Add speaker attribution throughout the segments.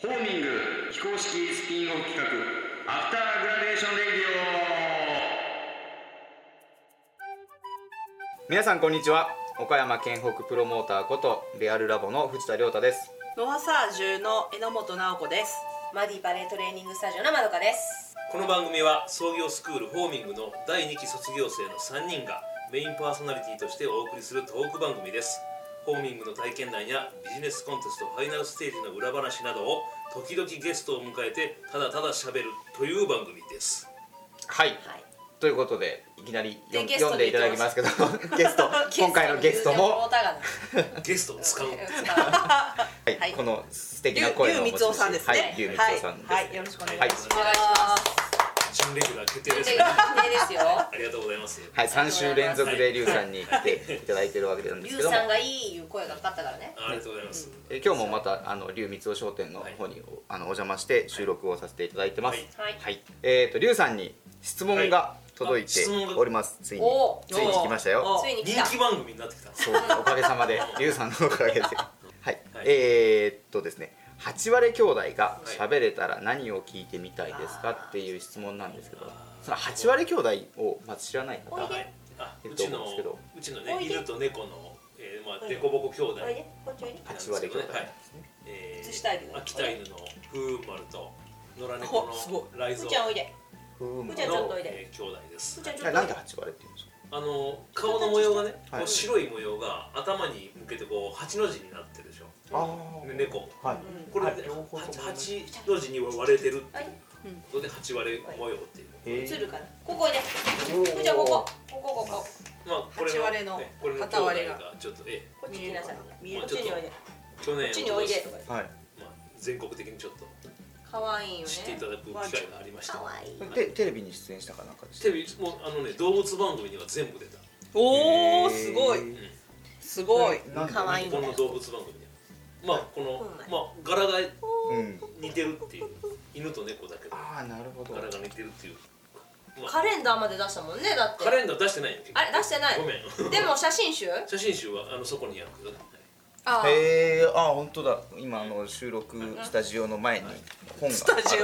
Speaker 1: ホーミング非公式スピンオフ企画アフターグラデーションレディ
Speaker 2: 皆さんこんにちは岡山県北プロモーターことレアルラボの藤田亮太です
Speaker 3: ノワサージュの榎本直子です。
Speaker 4: マディバレートレーニングスタジオのまどかです
Speaker 5: この番組は創業スクールホーミングの第2期卒業生の3人がメインパーソナリティとしてお送りするトーク番組ですホーミングの体験談やビジネスコンテストファイナルステージの裏話などを時々ゲストを迎えてただただ喋るという番組です
Speaker 2: はい、
Speaker 4: はい
Speaker 2: ということでいきなりよん
Speaker 4: でゲスト
Speaker 2: 読んでいただきますけど ゲ スト 今回のゲストも、
Speaker 5: ゲストを使う
Speaker 2: はい
Speaker 3: はい
Speaker 2: この素敵な声の
Speaker 3: 龍
Speaker 2: 持ち主
Speaker 3: 光雄さんですね。
Speaker 2: はい龍光雄さんです、
Speaker 3: はい、はいよろしくお願いします。
Speaker 4: お願いします
Speaker 5: 準レギュラー決定ですね
Speaker 4: 定ですよ
Speaker 5: ありがとうございます
Speaker 2: はい、3週連続で龍さんに来ていただいてるわけなんで
Speaker 4: リ
Speaker 2: す
Speaker 4: ュ
Speaker 2: けど
Speaker 4: ウ
Speaker 2: も
Speaker 4: さんがいいいう声がかかったからね
Speaker 5: ありがとうございます
Speaker 2: え今日もまたあの龍光雄商店の方に、あのお邪魔して収録をさせていただいてます
Speaker 4: はいはい
Speaker 2: えっ、と龍さんに質問が届いて
Speaker 5: はいあ質問が
Speaker 2: おります、ついに
Speaker 4: おー
Speaker 2: ついに来ましたよ
Speaker 3: おー
Speaker 4: ついに来
Speaker 5: 人
Speaker 4: た
Speaker 5: 気番組になってきた
Speaker 2: そうおかげさまで龍さんのおかげではい、
Speaker 5: はい
Speaker 2: えー、っとですね8割兄弟が喋れたら何を聞いてみたいですかっていう質問なんですけどその8割兄弟をまず知らない方
Speaker 4: おいで
Speaker 5: はいあ
Speaker 2: いうると
Speaker 5: ち
Speaker 2: 思うん
Speaker 5: の
Speaker 2: ですけど
Speaker 5: うちのね
Speaker 4: おいで
Speaker 5: 犬と猫のえーまあデコボコ兄弟
Speaker 4: おいでこっちおいで
Speaker 2: 8割兄弟
Speaker 5: はいえー
Speaker 4: 靴下犬
Speaker 5: 秋田犬の風丸と野良
Speaker 3: おす
Speaker 5: 猫
Speaker 3: ご
Speaker 5: の雷
Speaker 4: ふ
Speaker 5: 蔵
Speaker 4: ーちゃんおいで
Speaker 2: ふう
Speaker 4: ふ
Speaker 2: ま
Speaker 4: ーちゃんちょっと
Speaker 5: の
Speaker 4: おい
Speaker 5: え
Speaker 4: で
Speaker 5: ー兄弟です
Speaker 4: ふーちゃんちょっとおいで
Speaker 2: なんで8割って言うんですか
Speaker 5: あの顔の模様がね
Speaker 2: はい
Speaker 5: こう白い模様が頭に向けてこう八の字になってるでしょ
Speaker 2: あ
Speaker 5: ね猫
Speaker 2: はい
Speaker 4: うん
Speaker 5: これ
Speaker 2: はい
Speaker 5: で
Speaker 2: 両方とも
Speaker 5: 八八の字に割れてる
Speaker 4: おいで
Speaker 5: ので八割模様っていう
Speaker 2: え
Speaker 4: 映るかなここおいで
Speaker 2: おー
Speaker 4: ふーちゃんここここここ
Speaker 5: まあこれ
Speaker 3: 八割の
Speaker 5: ねこれの
Speaker 3: 片割れが
Speaker 5: 兄弟がちょっとえ
Speaker 4: こっち来なさいこ
Speaker 3: 見え
Speaker 5: ま
Speaker 3: る
Speaker 4: っ
Speaker 5: あ
Speaker 4: ち
Speaker 5: ちょっ
Speaker 4: に
Speaker 5: と
Speaker 4: おいでこ
Speaker 5: 去
Speaker 4: っ
Speaker 5: 年
Speaker 4: ちにおいでとか
Speaker 2: はい
Speaker 5: まあ全国的にちょっと
Speaker 4: 可愛いよ
Speaker 5: 知ってい
Speaker 4: ね
Speaker 5: ただく機会がありました
Speaker 4: 可愛い
Speaker 2: でテレビに出演したかなんかです
Speaker 5: テレビもうあのね動物番組には全部出た
Speaker 3: おお、すごい、すごい。
Speaker 2: なんで
Speaker 4: 可愛い
Speaker 5: 日
Speaker 4: んだ
Speaker 5: 本
Speaker 4: よ
Speaker 5: の動物番組にはまあこのまあ柄が
Speaker 2: うん
Speaker 5: 似てるっていう犬と猫だけど
Speaker 2: ああなるほど
Speaker 5: 柄が似てるっていう、ま
Speaker 4: カレンダーまで出したもんねだっ
Speaker 5: あ、カレ
Speaker 4: て
Speaker 5: ンダー出してないよ
Speaker 4: あれ出してない
Speaker 5: ごめん
Speaker 4: でも写真集
Speaker 5: 写真集はあのそこにあるけどね
Speaker 4: あー
Speaker 2: へえあ本当だ今あの収録スタジオの前に本があるんですけ
Speaker 5: スタジ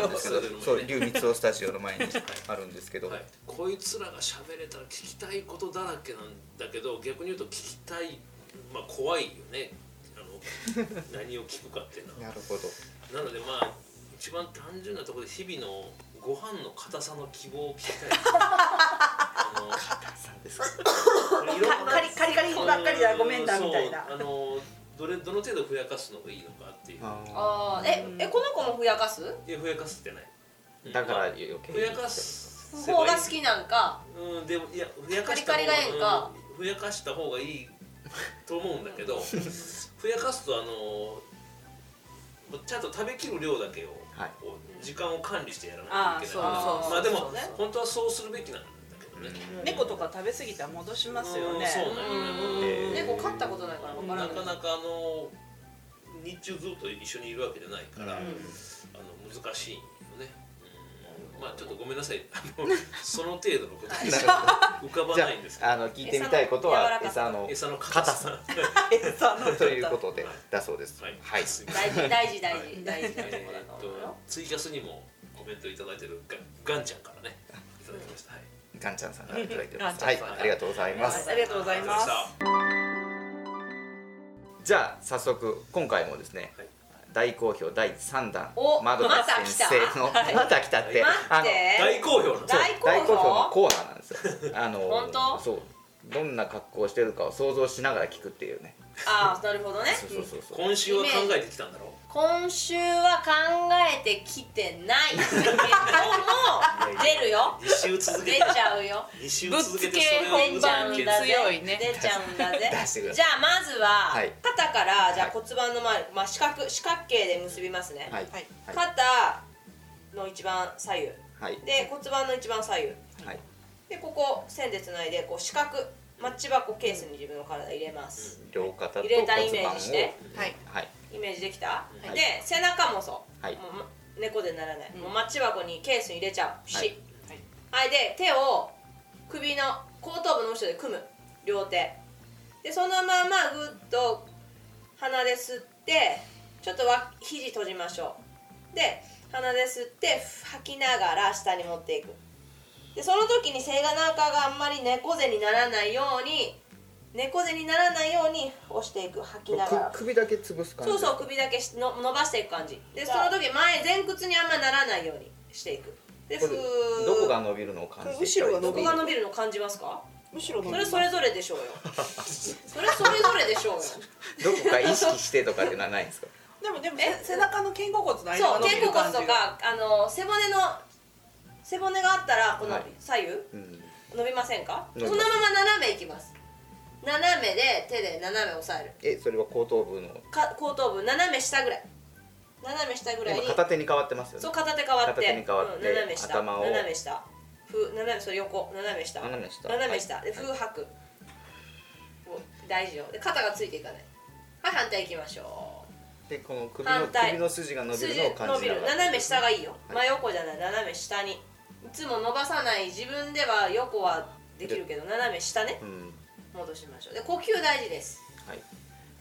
Speaker 2: ど
Speaker 5: オ
Speaker 2: そう龍光雄スタジオの前にあるんですけど、
Speaker 5: はい、はい、こいつらが喋れたら聞きたいことだらけなんだけど逆に言うと聞きたいまあ怖いよねあの何を聞くかっていうのは
Speaker 2: なるほど
Speaker 5: なのでまあ一番単純なところで日々のご飯の硬さの希望を聞きたいあの
Speaker 3: カリカリカリばっかりだごめんだみたいな
Speaker 5: そうあのどれどの程度ふやかすのがいいのかっていう
Speaker 2: あ
Speaker 4: あーええこの子もふやかす
Speaker 5: いやふやかすってない、うん
Speaker 2: ーだから
Speaker 5: まあ
Speaker 2: 余計
Speaker 5: ふやかす
Speaker 4: 方が好きなんか
Speaker 5: うんでもいやふやかした
Speaker 4: カリカリがええんか
Speaker 5: うんふやかした方がいいと思うんだけど ふやかすとあのちゃんと食べきる量だけを、
Speaker 2: はい
Speaker 5: こう時間を管理してやらないといけない
Speaker 3: あーそうそうそう
Speaker 5: まあでも
Speaker 4: そうね
Speaker 5: 本当はそうするべきなんだけどね、
Speaker 3: 猫とか食べ過ぎたら戻しますよね
Speaker 5: うん。そうなんよね
Speaker 2: え
Speaker 4: うん
Speaker 2: ー
Speaker 4: 猫飼ったことないからわか
Speaker 5: な
Speaker 4: らんけ
Speaker 5: か
Speaker 4: ど
Speaker 5: なかあの日中ずっと一緒にいるわけじゃないから、あの難しいよね、うんまあちょっとごめんなさいあのその程度のことです浮かば
Speaker 2: じゃ
Speaker 5: ないんですけど
Speaker 2: ああの聞いてみたいことは餌の
Speaker 5: 餌の硬
Speaker 2: 硬
Speaker 5: さ
Speaker 2: さ
Speaker 3: 餌の
Speaker 2: ということでだそうです
Speaker 5: はい、
Speaker 2: はい
Speaker 5: すいません
Speaker 4: 大事大事大事大事なと
Speaker 5: え
Speaker 4: こだ
Speaker 5: ーっ
Speaker 4: と思う
Speaker 5: と
Speaker 4: よ
Speaker 5: ツイキャスにもコメントいただいてるガンガンちゃんからねいただきました、はい
Speaker 2: ガンちゃんさんからいただいてます
Speaker 3: ガ
Speaker 2: は
Speaker 3: ン
Speaker 2: い
Speaker 5: ちゃんさん
Speaker 2: ありがとうございます
Speaker 3: ありがとうございます
Speaker 5: ありがとうございま
Speaker 2: じゃあ早速今回もですね、
Speaker 5: はい
Speaker 2: 大好評第3弾
Speaker 4: お
Speaker 2: 窓田先生の
Speaker 4: また来た
Speaker 2: また来たって
Speaker 5: 待
Speaker 2: あ
Speaker 4: 待っ
Speaker 2: の
Speaker 5: し
Speaker 4: て
Speaker 5: た大好評なんですよ
Speaker 4: 大好評
Speaker 2: 大好評のコーナーなんですよ あの
Speaker 4: 本当
Speaker 2: そうどんな格好をしてるかを想像しながら聞くっていうね
Speaker 4: ああなるほどね
Speaker 2: そうそうそうそう
Speaker 5: 今週は考えてきたんだろう
Speaker 4: 今週は考えてきてないけども出るよ
Speaker 5: 2週続け
Speaker 4: 出
Speaker 5: て
Speaker 4: ちゃうよ
Speaker 5: 2週
Speaker 3: ぶっ
Speaker 5: 続
Speaker 3: つ
Speaker 5: け
Speaker 3: け
Speaker 5: てそれを
Speaker 3: 本番に
Speaker 5: ぶっつけ
Speaker 3: 強いね。
Speaker 4: 出ちゃうんだぜ
Speaker 2: 出してくだ
Speaker 4: じ
Speaker 2: さ
Speaker 4: ゃあまずは、
Speaker 2: はい
Speaker 4: 肩からじゃあ骨盤の周り、まあ、四角四角形で結びますね、
Speaker 2: はい
Speaker 3: はい
Speaker 2: はい
Speaker 4: 肩の一番左右
Speaker 2: はい
Speaker 4: で骨盤の一番左右
Speaker 2: はい
Speaker 4: でここ線でつないでこう四角マッチ箱ケースに自分の体入れます、
Speaker 2: 両肩と
Speaker 4: 入
Speaker 2: 骨盤
Speaker 4: れた
Speaker 2: を
Speaker 4: イメージして
Speaker 3: はい。
Speaker 2: はい
Speaker 4: イメージできた、
Speaker 2: はい
Speaker 4: で背中もそう、
Speaker 2: はい
Speaker 4: もうま猫でならない、もうマッチ箱にケースに入れちゃうし、
Speaker 2: は
Speaker 4: はいいで手を首の後頭部の後ろで組む両手でそのままぐっと鼻で吸ってちょっとわ肘閉じましょうで鼻で吸って吐きながら下に持っていくでその時に背中があんまり猫背にならないように猫背にならないように押していく吐きながら
Speaker 2: く首だけ潰す感じ
Speaker 4: そうそう首だけしの伸ばしていく感じでその時前前屈にあんまならないようにしていくでふ
Speaker 2: こ
Speaker 4: ー
Speaker 2: れどこが伸びるのを感じていったらいい
Speaker 4: ど
Speaker 2: の
Speaker 4: こが伸びるの感じますか
Speaker 3: むしろ
Speaker 4: それそれぞれでしょうよそれそれぞれでしょうよ
Speaker 2: どこか意識してとかっていうのはないん ですか
Speaker 3: でもでもせ背中の肩甲骨の間
Speaker 4: そ
Speaker 3: が
Speaker 4: う
Speaker 3: 伸び
Speaker 4: 肩
Speaker 3: る
Speaker 4: 甲
Speaker 3: 感
Speaker 4: 骨
Speaker 3: じ
Speaker 4: とかあの背骨の背骨があったらこの
Speaker 2: はい
Speaker 4: 左右、
Speaker 2: うん
Speaker 4: 伸びませんかそ
Speaker 2: 伸び
Speaker 4: の
Speaker 2: ま
Speaker 4: まます斜めいきます斜めで手で斜め押さえる
Speaker 2: えそれは後頭部の
Speaker 4: か後頭部斜め下ぐらい斜め下ぐらい
Speaker 2: 今
Speaker 4: に
Speaker 2: 片手に変わってますよね
Speaker 4: そう片手変わって
Speaker 2: 片手に変わって
Speaker 4: うん、斜め下
Speaker 2: 頭を
Speaker 4: 斜め下ふ斜めそう横斜め下
Speaker 2: 斜め下
Speaker 4: 斜め下、
Speaker 2: はい
Speaker 4: で風吐く、お大事よで肩がついていかないはい反対いきましょ
Speaker 2: でこの首の
Speaker 4: 反対
Speaker 2: 首の筋が
Speaker 4: う
Speaker 2: 伸びるのを感
Speaker 4: 伸
Speaker 2: じ
Speaker 4: び
Speaker 2: な
Speaker 4: る
Speaker 2: がら
Speaker 4: 斜め下がいいよ、
Speaker 2: はい
Speaker 4: 真横じゃない斜め下にいつも伸ばさない自分では横はできるけど斜め下ね
Speaker 2: うん
Speaker 4: 戻しましょうで呼吸大事です
Speaker 2: はい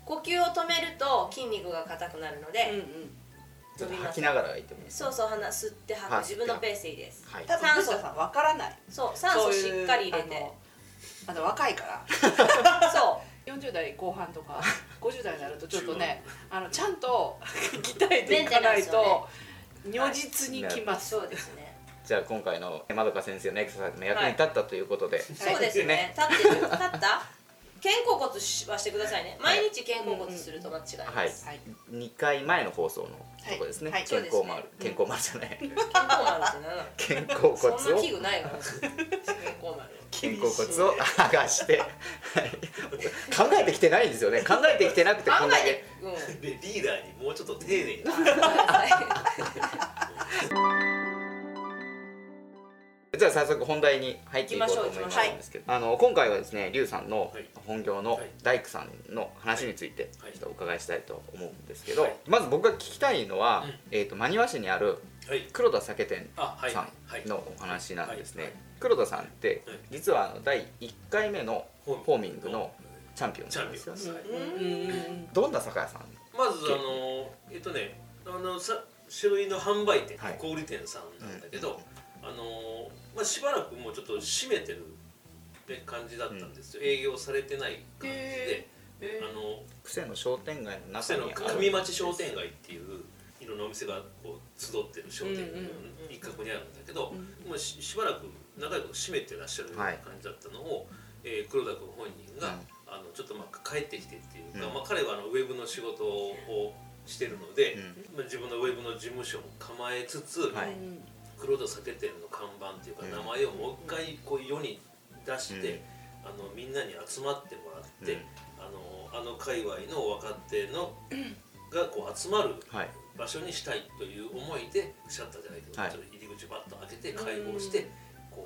Speaker 4: 呼吸を止めると筋肉が硬くなるの
Speaker 3: うんう
Speaker 4: で、
Speaker 3: ん
Speaker 2: ちょっと
Speaker 4: 伸びま
Speaker 2: 吐
Speaker 4: す
Speaker 2: きながらがいいと思います
Speaker 4: そうそう鼻吸って吐く
Speaker 2: はい
Speaker 4: 自分のペースでいいです
Speaker 2: はい
Speaker 3: 多分
Speaker 4: 酸素
Speaker 3: 藤田さんわからない
Speaker 4: そう酸素しっかり入れ
Speaker 3: そういうあ
Speaker 4: て
Speaker 3: のまだ若いから
Speaker 4: そう
Speaker 3: 40代後半とか50代になるとちょっとねあのちゃんと鍛えてい
Speaker 4: メンテ
Speaker 3: か
Speaker 4: ナ
Speaker 3: な
Speaker 4: ン
Speaker 3: い
Speaker 4: スを
Speaker 3: と如実にきます、
Speaker 4: そうですね。
Speaker 2: じゃあ今回のまどか先生のエクササイズも役に立ったということで、
Speaker 4: そうですね。立ってる立った。肩甲骨はしてくださいね。毎日肩甲骨すると間違いない。
Speaker 2: はい
Speaker 3: はい、
Speaker 2: 2回前の放送のとこですね、
Speaker 3: はいはい
Speaker 2: 健康
Speaker 4: そう
Speaker 2: 丸、
Speaker 4: です
Speaker 2: 健
Speaker 4: ね
Speaker 2: 康丸じゃない
Speaker 4: 肩甲丸って何な
Speaker 2: 肩
Speaker 4: の？
Speaker 2: 甲骨
Speaker 4: そんな器
Speaker 2: を
Speaker 4: 具ないわ。私肩甲丸。
Speaker 2: 肩甲骨を剥がして、はい、考えてきてないんですよね考えてきてなくてこん
Speaker 4: 考
Speaker 2: だ
Speaker 4: えて
Speaker 2: け。
Speaker 4: うん。
Speaker 5: でリーダーにもうちょっと丁寧に
Speaker 2: じゃあ早速本題に入っていこうと思い
Speaker 4: 行きま
Speaker 2: ま
Speaker 4: しょう
Speaker 2: すんですけど、あの今回はですねリュウさんの
Speaker 5: はい
Speaker 2: 本業の
Speaker 5: はい
Speaker 2: 大工さんの話について
Speaker 5: はい
Speaker 2: ちょっとお伺いしたいと思うんですけど、
Speaker 5: はい
Speaker 2: まず僕が聞きたいのは、
Speaker 5: うん
Speaker 2: えー、と真庭市にある
Speaker 5: はい
Speaker 2: 黒田酒店
Speaker 5: あはい
Speaker 2: さ
Speaker 5: はい
Speaker 2: んのお話なんですね、
Speaker 5: はいはい
Speaker 2: 黒田さんって
Speaker 5: はい
Speaker 2: 実はあの第1回目の
Speaker 5: ホ
Speaker 2: ホーミングのチャンピオン
Speaker 5: チャ
Speaker 2: なん
Speaker 5: ン
Speaker 2: で
Speaker 5: ピ
Speaker 2: す
Speaker 5: オン
Speaker 2: よ
Speaker 5: で
Speaker 2: ね
Speaker 5: す、
Speaker 3: う
Speaker 5: はい
Speaker 3: んうんうん
Speaker 2: どんな酒屋さん
Speaker 5: まずあのえっとねあのさ種類の販売店、
Speaker 2: はい
Speaker 5: 小売店さんなんだけど、あのまあしばらくもうちょっと閉めてるって感じだったんですよ、営業されてない感じで、
Speaker 3: へー
Speaker 5: あの
Speaker 2: 癖の商店街の中
Speaker 5: 癖
Speaker 2: に
Speaker 5: の
Speaker 2: あ
Speaker 5: 上
Speaker 2: る
Speaker 5: 町商店街っていういろんなお店がこう集ってる商店街の一角にあるんだけど、もうししばらく長いこと閉めてらっしゃるような
Speaker 2: はい
Speaker 5: 感じだったのを、えー黒田君本人が、
Speaker 2: うん
Speaker 5: あのちょっとまあ帰ってきてっていうか、
Speaker 2: うん
Speaker 5: まあ、彼はあのウェブの仕事をしてるので、
Speaker 2: う
Speaker 5: まあ、自分のウェブの事務所も構えつつ、
Speaker 2: はい
Speaker 3: うん
Speaker 5: 黒田酒店の看板っていう
Speaker 2: う
Speaker 5: か
Speaker 2: ん
Speaker 5: 名前をもう一回こう世に出して、あのみんなに集まってもらって、
Speaker 2: うん
Speaker 5: あのあの界隈の若手の、がこう集まる
Speaker 2: はい
Speaker 5: 場所にしたいという思いでシャッターじゃないけど、
Speaker 2: はい
Speaker 5: ちょっと入り口をバッと開けて開放して、こ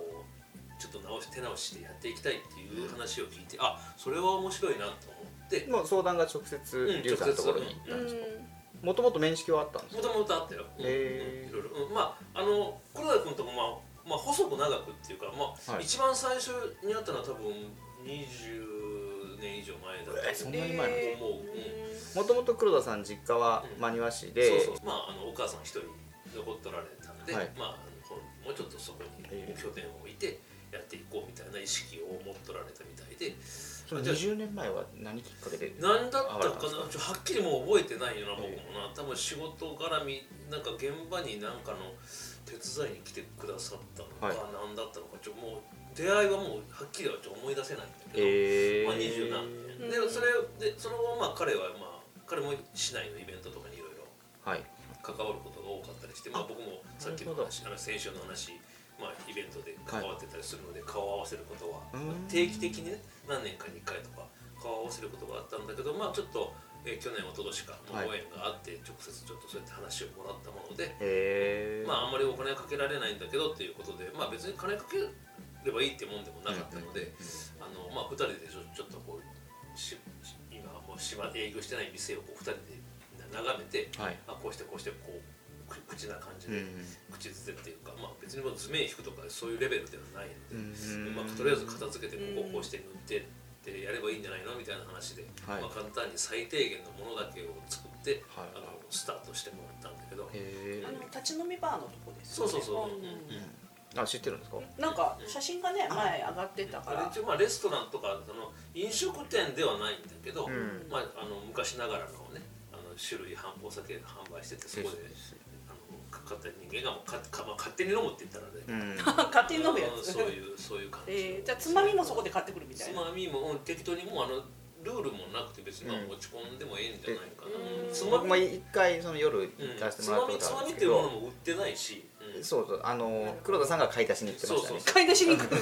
Speaker 5: うちょっと直し手直ししてやっていきたいっていう話を聞いて、あそれは面白いなと思って。
Speaker 2: もう相談が直接リュウさんのところに
Speaker 5: うん直接
Speaker 2: もともと面識はあったんです
Speaker 5: も
Speaker 2: か
Speaker 5: ともとあったよ、うん
Speaker 2: へー
Speaker 5: うんいろいろ、うん、まああの黒田君ともまあ、まあ、細く長くっていうか、まあ
Speaker 2: はい
Speaker 5: 一番最初にあったのは多分20年以上前だった
Speaker 2: えそんなに前なんで
Speaker 5: 思う、うん
Speaker 2: すもともと黒田さん実家は
Speaker 5: うん
Speaker 2: 真庭市で、
Speaker 5: そうそうまああのお母さん一人残っとられたんで、
Speaker 2: はい
Speaker 5: まああのこのもうちょっとそこに
Speaker 2: ええ
Speaker 5: 拠点を置いてやっていこうみたいな意識を持っとられたみたいで
Speaker 2: その20年前は何きっかけで
Speaker 5: 何だったか
Speaker 2: あ
Speaker 5: なちょはっきりもう覚えてないよな僕
Speaker 2: え
Speaker 5: もな多分仕事絡みなんか現場になんかの手伝いに来てくださったのか、
Speaker 2: はい
Speaker 5: 何だったのかちょもう出会いはもうはっきりはちょっと思い出せないんだけど、
Speaker 2: えー、
Speaker 5: まあ、20何年、
Speaker 3: うん
Speaker 5: でそれでその後まあ彼はまあ彼も市内のイベントとかにいろいろ
Speaker 2: はい
Speaker 5: 関わることが多かったりして、まあ、僕もさっきの
Speaker 2: なる
Speaker 5: 話あの先週の話、まあ、イベントで関わってたりするので、顔を合わせることは
Speaker 2: うん
Speaker 5: 定期的にね何年かに1回とか顔を合わせることがあったんだけど、まあ、ちょっと、えー去年一昨年か、
Speaker 2: は
Speaker 5: まあ、
Speaker 2: い
Speaker 5: ご縁があって直接ちょっとそうやって話をもらったもので、
Speaker 2: えー、
Speaker 5: まあ、あんまりお金はかけられないんだけどっていうことで、まあ、別に金かければいいってもんでもなかったので、あのまあ、2人でちょちょっとこうしし今はもうしま営業してない店をこう2人で眺めて。
Speaker 2: はい
Speaker 5: あこうしてこうしてこうく口な感じ
Speaker 2: うん
Speaker 5: で口づてっていうか、まあ別にもう図面引くとかそういうレベルではないの
Speaker 2: う
Speaker 5: で、
Speaker 2: ん
Speaker 5: まあ、とりあえず片付けて
Speaker 3: う
Speaker 5: こ
Speaker 3: ん
Speaker 5: こをこうして塗ってってやればいいんじゃないのみたいな話で、
Speaker 2: はい
Speaker 5: まあ、簡単に最低限のものだけを作って、
Speaker 2: はい
Speaker 5: あのスタートしてもらったんだけど、
Speaker 2: え
Speaker 3: あの立ち飲みバーのとこです
Speaker 5: そう
Speaker 3: よね
Speaker 5: そうそう、
Speaker 3: ん
Speaker 2: あ知ってるんですか
Speaker 3: なんか写真がね前上がってたか
Speaker 5: あれ
Speaker 3: ら
Speaker 5: 一応まあレストランとかその飲食店ではないんだけど、
Speaker 2: ん
Speaker 5: まあ、あの昔ながらのねあの種類販お酒販売しててそこであのかかった人間がもうかか、まあ、勝手に飲むって言ったら
Speaker 2: うん
Speaker 5: ね、
Speaker 3: 勝手に飲むや
Speaker 5: うん
Speaker 3: つ
Speaker 5: そういうそういう感じの、
Speaker 3: えーじゃあつまみもそこで買ってくるみた
Speaker 5: つ
Speaker 3: いな
Speaker 5: まみも、うん、適当にもうあのルールもなくて別にま
Speaker 2: う
Speaker 5: あ
Speaker 2: ん
Speaker 5: 持ち込んでもいいんじゃないか
Speaker 3: う
Speaker 5: な、
Speaker 3: ん
Speaker 5: つま
Speaker 2: 僕
Speaker 5: み、
Speaker 2: も一回その夜
Speaker 5: うん
Speaker 2: 行かせて
Speaker 5: つ
Speaker 2: もらったこ
Speaker 5: まみ
Speaker 2: とあ
Speaker 5: つ
Speaker 2: るん
Speaker 5: ま
Speaker 2: ですけ
Speaker 5: みっていうもの
Speaker 2: ど
Speaker 5: も売ってないし、うん
Speaker 2: そうそうあの黒田さんが買い出しに行ってましたね
Speaker 5: そう
Speaker 3: 買い出しに行く
Speaker 5: う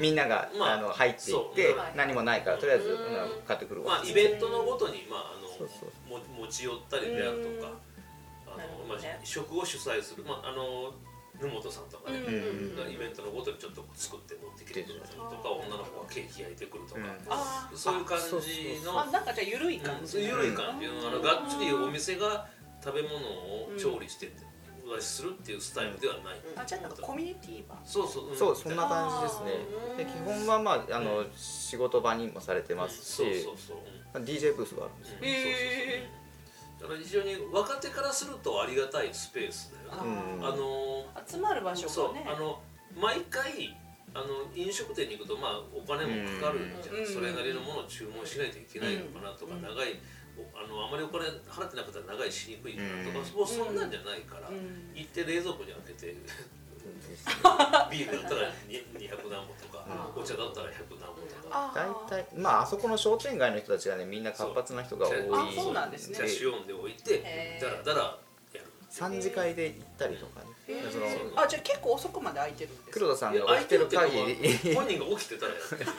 Speaker 5: ん
Speaker 2: みんなが、
Speaker 5: まあ
Speaker 2: あ、の入っていって
Speaker 5: そう
Speaker 3: うん
Speaker 2: 何もないからとりあえず、
Speaker 4: うん
Speaker 2: うん買ってくるわ
Speaker 5: まあ、イベントのごとに、まあ、あの
Speaker 2: そうそう
Speaker 5: も持ち寄ったりであるとかあ
Speaker 3: なるほど
Speaker 5: の、ま
Speaker 3: ね
Speaker 5: あ、食を主催する、まあ、あの根本さんとかね、
Speaker 2: ん
Speaker 5: イベントのごとにちょっと作って持ってきてくれたりとか
Speaker 3: うん
Speaker 5: 女の子がケーキ焼いてくるとか、
Speaker 2: うん
Speaker 3: あー
Speaker 5: そういう感じ
Speaker 2: そうそうそ
Speaker 5: の
Speaker 3: あなんかじゃあ緩い感
Speaker 5: うん
Speaker 3: じ、
Speaker 5: そういう緩い感じのあのがっつりお店が食べ物を
Speaker 3: うん
Speaker 5: 調理してお出しするっていうスタイルではない、
Speaker 4: うん
Speaker 3: あじゃあなんかコミュニティバー
Speaker 5: そうそう、ん
Speaker 2: そうそんな感じですねで
Speaker 4: あー
Speaker 2: 基本はまああの、
Speaker 5: う
Speaker 2: 仕事場にもされてますし、
Speaker 5: そうそうそう、うん
Speaker 2: まあ DJ ブースがあるんですよ、
Speaker 3: へ
Speaker 5: だから非常に若手からするとありがたいスペースだよね。
Speaker 2: うん
Speaker 5: あのー
Speaker 3: 集まる場所
Speaker 5: そ
Speaker 3: が
Speaker 5: う
Speaker 3: ね
Speaker 5: あの毎回あの飲食店に行くとまあお金もかかるじゃ
Speaker 3: うん
Speaker 5: ん、それなりのものを注文しないといけないのかなとか、
Speaker 3: うん
Speaker 5: 長いおあのあまりお金払ってなくて長いしにくいかなと
Speaker 2: う
Speaker 5: か、
Speaker 2: ん
Speaker 5: もうそんなんじゃないか
Speaker 3: う
Speaker 5: ら、
Speaker 3: ん
Speaker 5: 行って冷蔵庫に開けてビールだったらに200何本とか、お茶だったら100何本とか。
Speaker 3: あ
Speaker 2: 大
Speaker 3: ー
Speaker 2: 体まああそこの商店街の人たちがねみんな活発な人が多い
Speaker 5: そう
Speaker 3: あそうなんですね
Speaker 5: キャッシュオンで置いて
Speaker 3: へー
Speaker 5: だらだらやる
Speaker 2: 3次会で行ったりとかね、
Speaker 3: へー
Speaker 2: その
Speaker 3: あじゃあ結構遅くまで空いてるんですか
Speaker 2: 黒田さ
Speaker 5: い
Speaker 2: ん
Speaker 5: や
Speaker 2: が起きてる限
Speaker 5: 相手の手
Speaker 2: り
Speaker 5: が本人が起きてたらやってる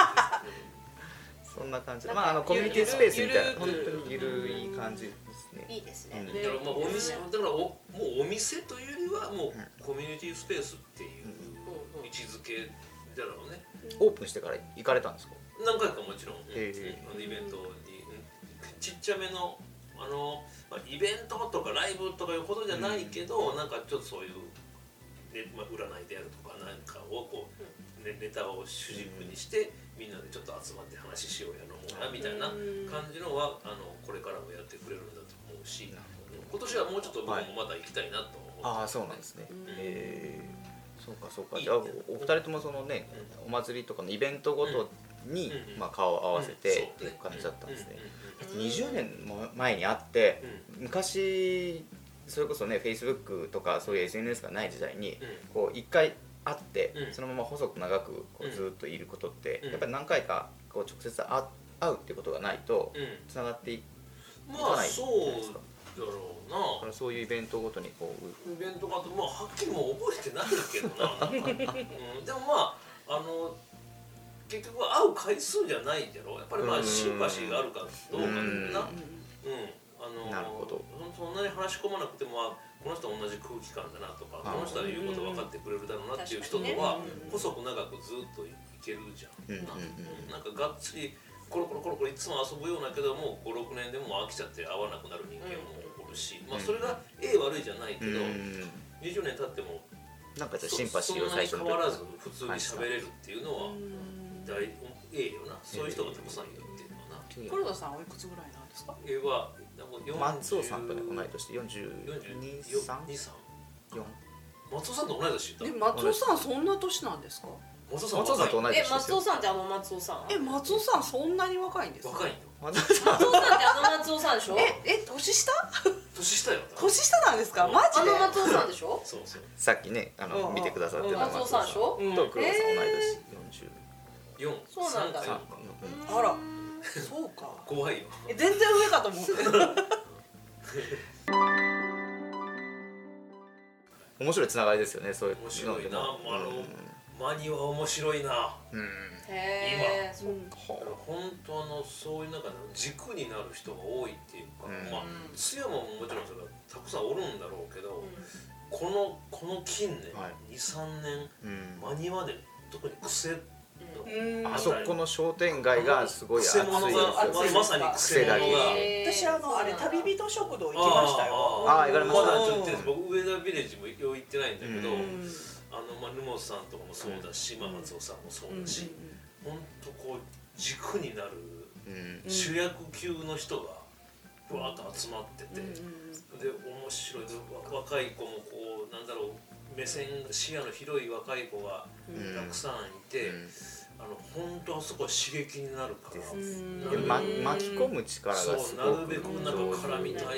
Speaker 2: そんな感じ
Speaker 3: な
Speaker 2: で
Speaker 3: んか
Speaker 2: まああのコミュニティスペースみたいな
Speaker 3: ゆる
Speaker 2: 本
Speaker 3: ゆる
Speaker 2: 当にゆるい感じですね
Speaker 4: いいですね、
Speaker 2: うん
Speaker 5: だからまあお店だからおもうお店というよりはもうコミュニティスペースっていう
Speaker 4: うん
Speaker 5: 位置づけだろうね
Speaker 2: オープンしてから行かれたんですか
Speaker 5: 何回かもちろん、
Speaker 2: へえ
Speaker 5: あのイベントにうんちっちゃめのあの、まあ、イベントとかライブとかいうほどじゃないけど、なんかちょっとそういう、ねまあ、占いであるとかなんかをこう、ね、ネタを主軸にして、みんなでちょっと集まって話しようや飲もうやみたいな感じのはあのこれからもやってくれるんだと思うし
Speaker 2: なる
Speaker 5: 今年はもうちょっと僕も
Speaker 2: はい
Speaker 5: まだ行きたいなと思って、
Speaker 2: ああそうなんですね、
Speaker 3: ん
Speaker 2: えーそうかそうか
Speaker 5: いい
Speaker 2: じゃあおお二人ともそのねお祭りとかのイベントごとに、
Speaker 5: うん
Speaker 2: まあ、顔を合わせてっていう感じだったんですね、20年も前に会って昔それこそねフェイスブックとかそういう SNS がない時代にこう一回会って
Speaker 5: うん
Speaker 2: そのまま細く長くこ
Speaker 5: う
Speaker 2: うんずっといることって
Speaker 5: うん
Speaker 2: やっぱり何回かこう直接会会うってことがないと
Speaker 5: うんうんうんうん
Speaker 2: つながっていく
Speaker 5: まあ
Speaker 2: ない
Speaker 5: そうだろうな
Speaker 2: からそういうイベントごとにこう
Speaker 5: イベントがあとまあはっきりもう覚えてないけどな、 うん、でもまああの結局は会う回数じゃないんだろうやっぱりま
Speaker 2: う
Speaker 5: あ
Speaker 2: ん
Speaker 5: シンパシーがあるかどうかだよな
Speaker 2: う
Speaker 5: うん、あの
Speaker 2: なるほど
Speaker 5: そんなに話し込まなくてもあこの人は同じ空気感だなとか
Speaker 2: あー
Speaker 5: この人は言うこと分かってくれるだろうなっていう人と
Speaker 4: うん確
Speaker 5: は
Speaker 4: かにねうん
Speaker 5: 細く長くずっといけるじゃん,、
Speaker 2: うんうんうん
Speaker 5: なんかがっつりコロコロコロコロいつも遊ぶようだけどもう56年でもう飽きちゃって会わなくなる人間もおるし、まあ、それが A 悪いじゃないけ
Speaker 2: う
Speaker 5: ど、
Speaker 2: ん
Speaker 5: 20年経っても
Speaker 2: なんかじゃあ
Speaker 5: そ
Speaker 2: シンパシーを
Speaker 5: そんな
Speaker 2: 最
Speaker 5: に
Speaker 2: 初
Speaker 5: 変
Speaker 2: に
Speaker 5: わらず普通に喋れるっていうのは
Speaker 3: うん
Speaker 5: 大ええよなそういう人がたくさんいるっていうのはな
Speaker 3: 黒田さんおいくつぐらいなんですか
Speaker 5: ええはもう40
Speaker 2: 松尾さんとね同い年で
Speaker 5: 42
Speaker 2: 4234
Speaker 5: 3松尾さんと同い年だ
Speaker 3: え松尾さんそんな年なんですか
Speaker 5: 松尾さん
Speaker 2: 松尾さんと同い年
Speaker 4: え
Speaker 2: です
Speaker 4: 松尾
Speaker 2: よ
Speaker 4: さんってあの松尾さん
Speaker 3: え松尾さんそんなに若いんですか
Speaker 5: 若いよ
Speaker 2: 松尾さん
Speaker 4: 松尾さんってあの松尾さんでしょ
Speaker 3: ええ年下
Speaker 5: 年下よ
Speaker 3: 年下なんですかマ
Speaker 4: あ
Speaker 3: ジで
Speaker 4: の松尾さんでしょ
Speaker 5: そうそう
Speaker 2: さっきねあ
Speaker 3: うんう
Speaker 2: の
Speaker 3: ん
Speaker 2: 見てくださってるのは
Speaker 4: 松尾さんでしょ
Speaker 2: 松尾さんと黒田さん同い年
Speaker 5: 4
Speaker 4: そうなんだ
Speaker 5: 3
Speaker 2: 43
Speaker 5: か
Speaker 2: う
Speaker 3: あらそうか
Speaker 5: 怖いよ
Speaker 3: え全然上かと思って
Speaker 2: ん面白いつながりですよねそういう
Speaker 5: 面白
Speaker 2: の
Speaker 5: いな
Speaker 2: でも
Speaker 5: あの
Speaker 2: うん
Speaker 5: マニュア面白いな
Speaker 2: うん
Speaker 4: へえそう
Speaker 5: 本当のそういう中で軸になる人が多いっていうか、
Speaker 2: うん
Speaker 5: まあ津山ももちろんそれはたくさんおるんだろうけど、このこの近年、
Speaker 2: はい
Speaker 5: 23年
Speaker 2: うん
Speaker 5: 間にまで特に癖の、
Speaker 3: うん
Speaker 2: あそこの商店街がすごい熱い
Speaker 5: 癖
Speaker 2: ですよ
Speaker 5: 物が
Speaker 3: 熱いです
Speaker 5: ままさに癖
Speaker 2: 癖だ
Speaker 5: 物
Speaker 2: け
Speaker 5: が。
Speaker 3: 私あのあれ旅人食堂行きましたよ
Speaker 2: あー行かれました
Speaker 5: だちょっと行ってないです僕上田ビレッジもよう行ってないんだけど、
Speaker 2: うん
Speaker 3: うん
Speaker 5: あのまあ、沼津さんとかもそうだし、まあ松尾さんもそう
Speaker 3: うん
Speaker 5: だし、本当こう軸になる
Speaker 2: うん
Speaker 3: うん
Speaker 5: 主役級の人がぶわーっと集まってて、
Speaker 3: うんうん
Speaker 5: で面白いでわ若い子もこうなんだろう目線視野の広い若い子が
Speaker 2: うん
Speaker 5: たくさんいて、
Speaker 2: うん
Speaker 5: あの本当あそこは刺激になるから、
Speaker 2: です
Speaker 3: うん
Speaker 5: な
Speaker 2: で
Speaker 5: るべ
Speaker 2: ま
Speaker 5: く
Speaker 2: 巻き込む力がすご
Speaker 5: そうな
Speaker 2: く
Speaker 5: るべくなんか絡みたいなっ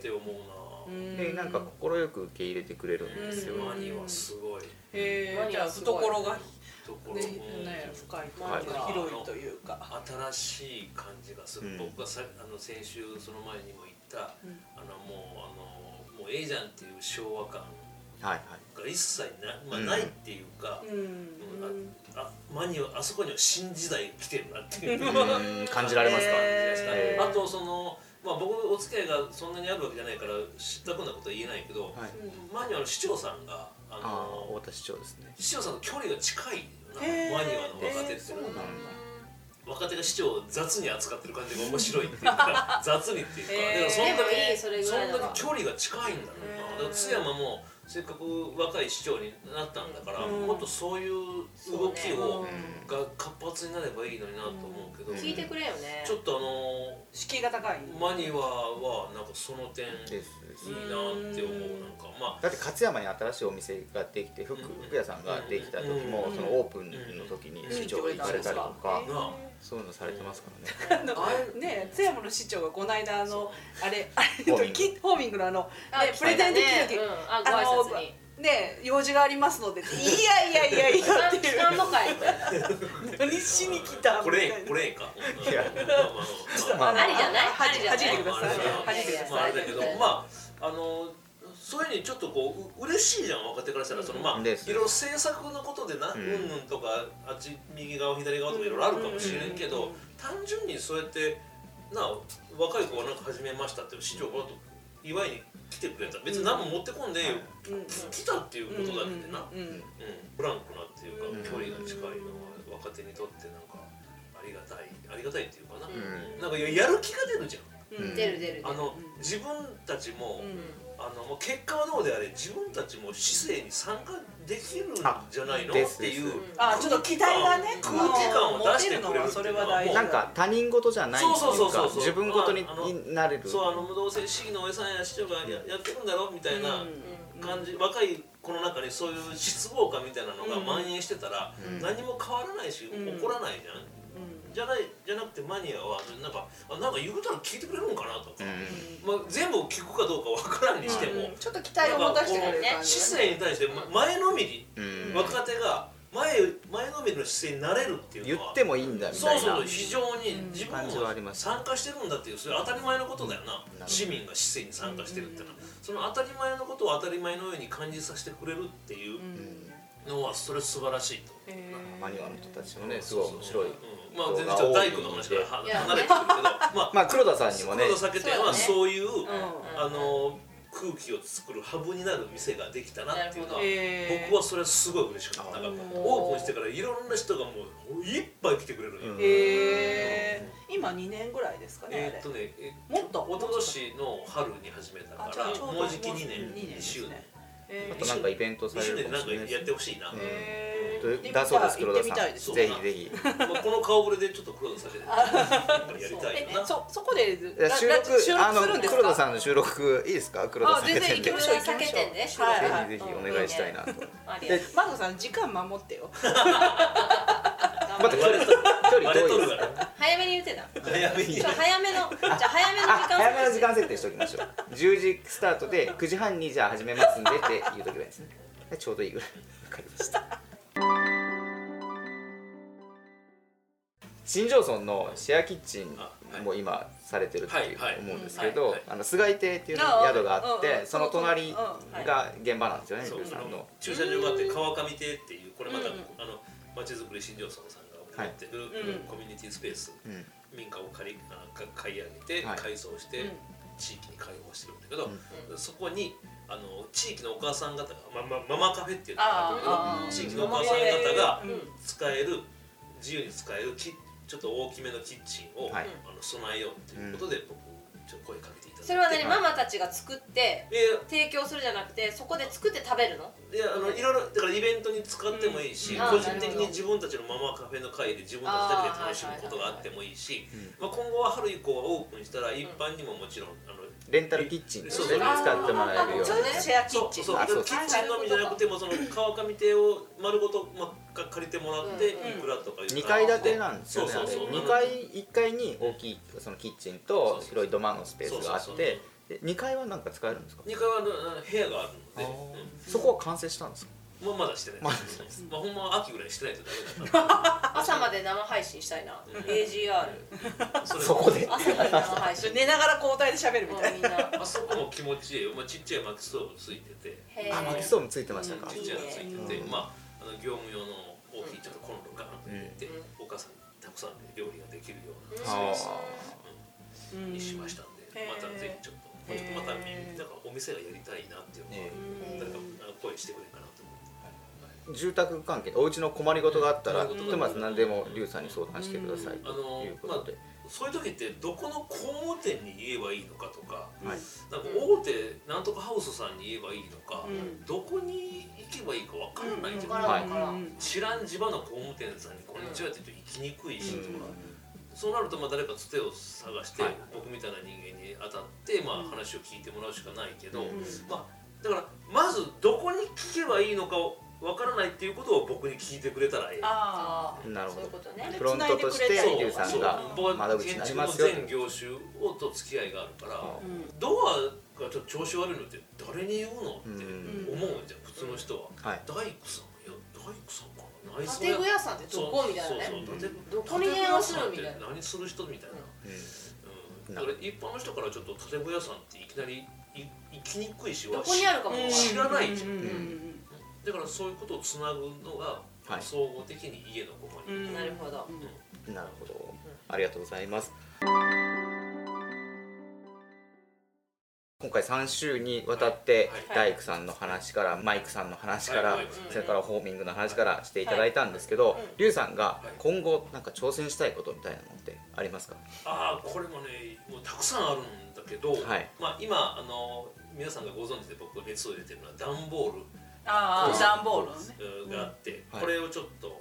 Speaker 5: て思うな、
Speaker 2: でなんか快く受け入れてくれるんですよ
Speaker 3: うん
Speaker 5: ワニはすごい
Speaker 6: へえじゃあ懐が、ね
Speaker 5: ところも、
Speaker 6: ね、深いという
Speaker 2: はい
Speaker 6: か広いというか。
Speaker 5: 新しい感じがする、
Speaker 2: うん
Speaker 5: 僕がさあの先週その前にも言った、
Speaker 6: うん
Speaker 5: あのもうあのもうええじゃんっていう昭和感
Speaker 2: はいはい
Speaker 5: が一切な,、まあ、
Speaker 2: うん
Speaker 5: ないっていうか、
Speaker 6: うん
Speaker 5: うんああマニはあそこには新時代来てるなっていう
Speaker 2: うーん感じられますか
Speaker 5: え
Speaker 2: え
Speaker 5: ー
Speaker 2: ー
Speaker 5: あとその、まあ、僕お付き合いがそんなにあるわけじゃないから知ったこんなことは言えないけど、
Speaker 2: はい
Speaker 5: マニュアの市長さんがあ
Speaker 2: ああ
Speaker 5: の
Speaker 2: 太田市長ですね
Speaker 5: 市長さんの距離が近いよなマニ
Speaker 6: へー
Speaker 5: ュアの若手って、
Speaker 6: へーそうなんだ
Speaker 5: 若手が市長を雑に扱ってる感じが面白いってい うか雑にっていうか、
Speaker 6: へー
Speaker 5: だからそんだ
Speaker 4: でもいい
Speaker 5: け
Speaker 4: それぐ
Speaker 5: そん
Speaker 4: らい
Speaker 5: だ
Speaker 4: のが
Speaker 5: け距離が近いんだろうなだから津山もせっかく若い市長になったんだから、
Speaker 6: うん
Speaker 5: もっとそういう動き
Speaker 4: そう
Speaker 5: を、
Speaker 4: ね
Speaker 2: うん
Speaker 5: が活発になればいいのになと思うけど、
Speaker 2: うん
Speaker 4: 聞いてくれよね
Speaker 5: ちょっとあの
Speaker 6: 敷居が高い。
Speaker 5: マニワはなんかその点いい
Speaker 2: で
Speaker 5: な
Speaker 2: す
Speaker 5: って思うなんかまあ
Speaker 2: だって勝山に新しいお店ができて福
Speaker 5: うん
Speaker 2: 福屋さんができた時も
Speaker 5: うん
Speaker 2: そのオープンの時に市長が行かれたりとか
Speaker 6: うん
Speaker 5: な
Speaker 2: そういうのされてますからね
Speaker 6: あのね津山の市長がこの間あのあれあれと
Speaker 2: ホーミング
Speaker 6: きホーミングのあの
Speaker 4: あ
Speaker 6: ね
Speaker 4: 来
Speaker 6: プ
Speaker 4: た
Speaker 6: レ
Speaker 4: ね
Speaker 6: ゼンできる
Speaker 4: う
Speaker 6: 時
Speaker 4: んあご挨拶に
Speaker 6: ね用事がありますのでっていやいやいやいやっていう
Speaker 4: 来たの かいみたいな
Speaker 6: 何しに来た
Speaker 5: こ
Speaker 6: みたい
Speaker 5: れ
Speaker 6: な。
Speaker 5: これか
Speaker 2: いや
Speaker 5: ま
Speaker 2: まあ
Speaker 5: あまあまあ
Speaker 2: ま
Speaker 4: ありじゃない
Speaker 6: はじ
Speaker 4: あ
Speaker 6: は
Speaker 4: りじ
Speaker 6: じ
Speaker 4: ゃ
Speaker 6: いて
Speaker 4: ない
Speaker 6: ください
Speaker 5: まあ。
Speaker 6: はじいてくだ
Speaker 5: ま
Speaker 6: さ
Speaker 5: ああ
Speaker 6: い
Speaker 5: れ。だけどまああのそういうふうにちょっとこうう嬉しいじゃん若手からしたらそのまあいろ
Speaker 2: です
Speaker 5: いろ制作のことでな
Speaker 2: う
Speaker 5: うんんうんとかあっち右側左側とかいろいろあるかもしれんけ
Speaker 6: うん
Speaker 5: ど単純にそうやってなあ若い子がなんか始めましたって市長がと祝いに来てくれた別に何も持ってこんでええよ
Speaker 6: うんうん
Speaker 5: 来たっていうことだってな。
Speaker 6: うん
Speaker 5: うん、ブランクなっていうか
Speaker 2: うん
Speaker 5: 距離が近いのは若手にとってなんかありがたいありがたいっていうかな、
Speaker 2: ん
Speaker 5: なんかややる気が出るじゃん
Speaker 6: うん
Speaker 2: うん
Speaker 4: 出る出る
Speaker 5: あの、
Speaker 6: うん
Speaker 5: 自分たち
Speaker 6: う
Speaker 5: も、あのもう結果はどうであれ自分たちも市政に参加できるんじゃないの
Speaker 2: あです
Speaker 5: っていう
Speaker 2: です
Speaker 4: うん
Speaker 6: あちょっと期待がね
Speaker 5: 空気感を出してくれるって
Speaker 6: 持てる
Speaker 5: いうの
Speaker 6: のはそれは
Speaker 5: は
Speaker 6: 大
Speaker 5: も
Speaker 6: 事
Speaker 5: う
Speaker 2: なんか他人事じゃないって
Speaker 5: そう
Speaker 2: い
Speaker 5: そう
Speaker 2: う
Speaker 5: そう
Speaker 2: か
Speaker 5: そう
Speaker 2: 自分事に
Speaker 5: ああの
Speaker 2: になれる
Speaker 5: そうあの無動性市議のおやさんや市長がややってるんだろみたいな、
Speaker 6: うん
Speaker 4: う
Speaker 5: 感じ、若い子の中にそういう失望感みたいなのが
Speaker 6: うん
Speaker 5: 蔓延してたら、
Speaker 2: うん
Speaker 5: 何も変わらないし、
Speaker 6: うん
Speaker 5: 起こらないじゃんじゃないじゃなくてマニアはなんかあなんか言うたら聞いてくれるんかなとか、
Speaker 2: うん
Speaker 5: まあ、全部聞くかどうかわからんにしても、
Speaker 6: うんちょっと期待を持たせてくれる感
Speaker 5: 市
Speaker 6: じだ
Speaker 5: 政
Speaker 6: ね
Speaker 5: に対してま前のめり、
Speaker 2: うん
Speaker 5: 若手が前前のめりの姿勢になれるっていう
Speaker 2: 言
Speaker 5: のは
Speaker 2: ってもいいんだみ
Speaker 5: そ
Speaker 2: た
Speaker 5: う
Speaker 2: いな
Speaker 5: そう非常に自分
Speaker 2: 感じはあり
Speaker 5: も
Speaker 2: ます
Speaker 5: 参加してるんだっていうそれ当たり前のことだよな
Speaker 2: ほど
Speaker 5: 市民が市政に参加してるってのはその当たり前のことを当たり前のように感じさせてくれるっていうのはそれ素晴らしいと。
Speaker 2: マニュアの人たちもねすごい面白い
Speaker 5: うんまあ全然ちょっと大工の話から
Speaker 3: いや
Speaker 5: 離れてくるけどま
Speaker 2: まあ黒田さ
Speaker 5: あ
Speaker 2: んにもね
Speaker 5: 黒田酒店はそういう
Speaker 6: うん
Speaker 5: あの空気を作るハブになる店ができたなっていうのは
Speaker 6: えー
Speaker 5: 僕はそれはすごい嬉しかった
Speaker 2: あ
Speaker 5: なんかオープンしてからいろんな人がもういっぱい来てくれるのよ、
Speaker 2: うん
Speaker 6: へえ今2年ぐらいですかね
Speaker 5: えーっ
Speaker 6: あ
Speaker 5: とねえ
Speaker 6: れもっと
Speaker 5: おととしの春に始めたか
Speaker 6: あじゃ
Speaker 5: ら
Speaker 6: あちょうど
Speaker 5: もうじき2年
Speaker 6: 二
Speaker 5: 2周年
Speaker 6: え
Speaker 2: あとなんかイベント
Speaker 5: 2
Speaker 2: され
Speaker 5: 周
Speaker 2: る
Speaker 5: 年
Speaker 2: かも
Speaker 5: でなん
Speaker 2: し
Speaker 5: か
Speaker 2: れない
Speaker 5: やってほしいな、
Speaker 2: うん
Speaker 6: え
Speaker 2: というだそうです黒田
Speaker 6: 行ってみ
Speaker 2: さ
Speaker 6: た
Speaker 2: ん
Speaker 6: いで
Speaker 2: ぜ
Speaker 6: す
Speaker 5: ね
Speaker 2: ひぜひ
Speaker 5: まあ、この顔ぶれでちょっと黒田さんでやりたいよ
Speaker 6: え
Speaker 5: な
Speaker 6: そそこで
Speaker 2: いや収録あの
Speaker 6: するんです
Speaker 2: 黒田
Speaker 6: か
Speaker 2: さんの収録いいですか黒田
Speaker 6: あ
Speaker 2: さん
Speaker 6: 全然行き
Speaker 2: ぜ
Speaker 6: ましょう行き
Speaker 4: 黒
Speaker 6: ましょ
Speaker 4: 田酒店ね
Speaker 6: うはいは
Speaker 2: ひぜ
Speaker 6: い
Speaker 2: ひお願いしたいなと
Speaker 4: ありが
Speaker 2: で
Speaker 4: とう
Speaker 6: マグさん時間守ってよ
Speaker 2: また距離距離
Speaker 5: バレと
Speaker 2: 遠い
Speaker 5: る
Speaker 2: で
Speaker 5: か
Speaker 2: すから
Speaker 4: 早めに言ってた
Speaker 5: 早めに
Speaker 4: ちょ早めのじゃあ早めの
Speaker 2: あ
Speaker 4: 時間
Speaker 2: 早めの時間設定しておきましょう10時スタートで9時半にじゃあ始めますんでって言うとけばいいですねちょうどいいぐらいわかりました新庄村のシェアキッチンも今されてるっていう
Speaker 5: はいはい
Speaker 2: 思うんですけ
Speaker 5: はい
Speaker 2: ど
Speaker 5: はい
Speaker 2: あの菅井亭っていう宿があっ
Speaker 6: うんうんうん
Speaker 2: てその隣
Speaker 6: うん
Speaker 2: が現場なんですよね
Speaker 5: そう
Speaker 2: 龍さ
Speaker 5: あ
Speaker 2: んの
Speaker 5: の駐車場があって川上亭っていうこれまた、あのまちづくり新庄村さんが持ってる、コミュニティスペース、
Speaker 2: うん
Speaker 5: 民家を借りあか買い上げて
Speaker 2: はい
Speaker 5: 改装して、
Speaker 6: うん
Speaker 5: 地域に開放してるんだけど、そこにあの地域のお母さん方が、まま、ママカフェっていうのがあるんだ
Speaker 6: あー
Speaker 5: けど地域のお母さん方が
Speaker 6: うん
Speaker 5: 使える自由に使えるキッちょっと大きめのキッチンを、
Speaker 2: はい
Speaker 5: あの備えようということで、僕ちょっと声かけていただいて
Speaker 4: それは何ママたちが作って
Speaker 5: いやいや
Speaker 4: 提供するじゃなくてそこで作って食べるの
Speaker 5: いやあのいろいろだからイベントに使ってもいいし、
Speaker 4: うんあー
Speaker 5: 個人的
Speaker 4: なるほど
Speaker 5: に自分たちのママカフェの会で自分たちだけで楽しむことがあってもいいし、まあ、今後は春以降はオープンしたら一般にももちろんあの
Speaker 2: レンタルキッチンとしてね
Speaker 5: そうそう
Speaker 2: 使ってもらえるよ
Speaker 4: あそうね
Speaker 2: な
Speaker 4: シェアキッチン
Speaker 5: そう
Speaker 2: あ
Speaker 5: そう
Speaker 2: そう
Speaker 5: キッチンのみじゃなくてもその川上亭を丸ごと、まあ、か借りてもらってい
Speaker 3: うん
Speaker 5: くらとかいう
Speaker 2: 2階建てなんですよね
Speaker 5: そう
Speaker 2: あ
Speaker 5: そうそう
Speaker 2: れ二階1階に大きいそのキッチンと
Speaker 5: そうそうそう
Speaker 2: 広い土間のスペースがあ
Speaker 5: そ
Speaker 2: っ
Speaker 5: うそう
Speaker 2: てで2階は何か使えるんですか
Speaker 5: 2階はあのあの部屋があるので、
Speaker 2: そこは完成したんですか
Speaker 5: うんまあ、まだしてない
Speaker 2: まだしてないです
Speaker 5: まあ、ほんまは秋ぐらいにしてないとダメだか
Speaker 4: 朝まで生配信したいな AGR
Speaker 5: らそれ
Speaker 2: そこで
Speaker 4: 朝まで生配 信
Speaker 6: 寝ながら交代で喋るみ
Speaker 4: も
Speaker 6: た
Speaker 4: う
Speaker 6: い
Speaker 4: みん
Speaker 6: な
Speaker 4: なへ
Speaker 5: あそこも気持ちいいよ、まあ、ちっちゃい薪ストーブついてて
Speaker 4: え
Speaker 2: あ薪ストーブついてましたか
Speaker 5: ちっちゃいのついてて、
Speaker 2: うん
Speaker 5: まああの業務用の大きいちょっとコンロがあって、
Speaker 4: うん
Speaker 5: お母さんにたくさん料理ができるようなスペ
Speaker 2: あ
Speaker 5: ース
Speaker 6: うん
Speaker 5: にしましたんで、
Speaker 6: うん
Speaker 5: またぜひちょっと、
Speaker 6: へー
Speaker 5: またみんながお店がやりたいなっていうの
Speaker 2: え
Speaker 5: が、誰かあの声してくれるかなと思って。
Speaker 2: ー住宅関係お家の困りごとがあったら
Speaker 5: うん
Speaker 2: ひとまず何でも龍さんに相談してください
Speaker 5: あの
Speaker 2: ということで
Speaker 5: そういう時ってどこの工務店に言えばいいのかと
Speaker 2: は
Speaker 5: か
Speaker 2: い
Speaker 5: なんか大手なんとかハウスさんに言えばいいのか、
Speaker 6: うん
Speaker 5: どこに行けばいいかわからないじゃ
Speaker 4: わ
Speaker 5: ない
Speaker 4: か
Speaker 2: は
Speaker 4: らん
Speaker 2: い
Speaker 4: わからん、
Speaker 5: 知らん地場の工務店さんに「こんにちは」って言うと行きにくいしとか、
Speaker 2: う
Speaker 5: そうなるとまあ誰かつてを探して、
Speaker 2: はい
Speaker 5: 僕みたいな人間に当たってまあ話を聞いてもらうしかないけど、
Speaker 2: うん
Speaker 5: まあ、だからまずどこに聞けばいいのかをわからないっていうことを僕に聞いてくれたらええ。
Speaker 6: あ
Speaker 4: ああ
Speaker 2: なるほど
Speaker 4: そういうことね
Speaker 2: んフロントとして
Speaker 6: そう
Speaker 2: 龍さんが
Speaker 5: 僕は
Speaker 2: 窓口になりますよ
Speaker 5: 建築の全業種をと付き合いがあるから、
Speaker 6: あうん
Speaker 5: ドアがちょっと調子悪いのって誰に言うのっ
Speaker 2: うん
Speaker 5: て思うんじゃん、普通の人は、
Speaker 2: はい
Speaker 5: 大工さんいや大工さんかな内
Speaker 4: 建具屋さんってどこみたいなね
Speaker 5: そうそう
Speaker 4: どこに電話するみたいな
Speaker 5: 建具屋さんって何する人みたいな、
Speaker 2: うん
Speaker 5: うんだから一般の人からちょっと建具屋さんっていきなりい行きにくいし
Speaker 4: どこにあるかもわからん
Speaker 5: 知らないじゃん、
Speaker 6: うんうん
Speaker 5: だからそういうことをつなぐのが、
Speaker 2: はい
Speaker 5: 総合的に家のここに、
Speaker 6: うんうん
Speaker 4: なるほど
Speaker 6: うん
Speaker 2: なるほどありがとうございます今回3週にわたって
Speaker 5: はい
Speaker 2: 大工さんの話からマイクさんの話から
Speaker 5: はい
Speaker 2: それからホーミングの話からしていただいたんですけどリュウさんが今後なんか挑戦したいことみたいなのってありますか
Speaker 5: ああこれもねもうたくさんあるんだけど、
Speaker 2: はい
Speaker 5: まあ、今あの皆さんがご存知で僕が熱を入れてるのは段ボール
Speaker 6: ああ段ボールのね
Speaker 5: うんがあって、
Speaker 2: はい
Speaker 5: これをちょっと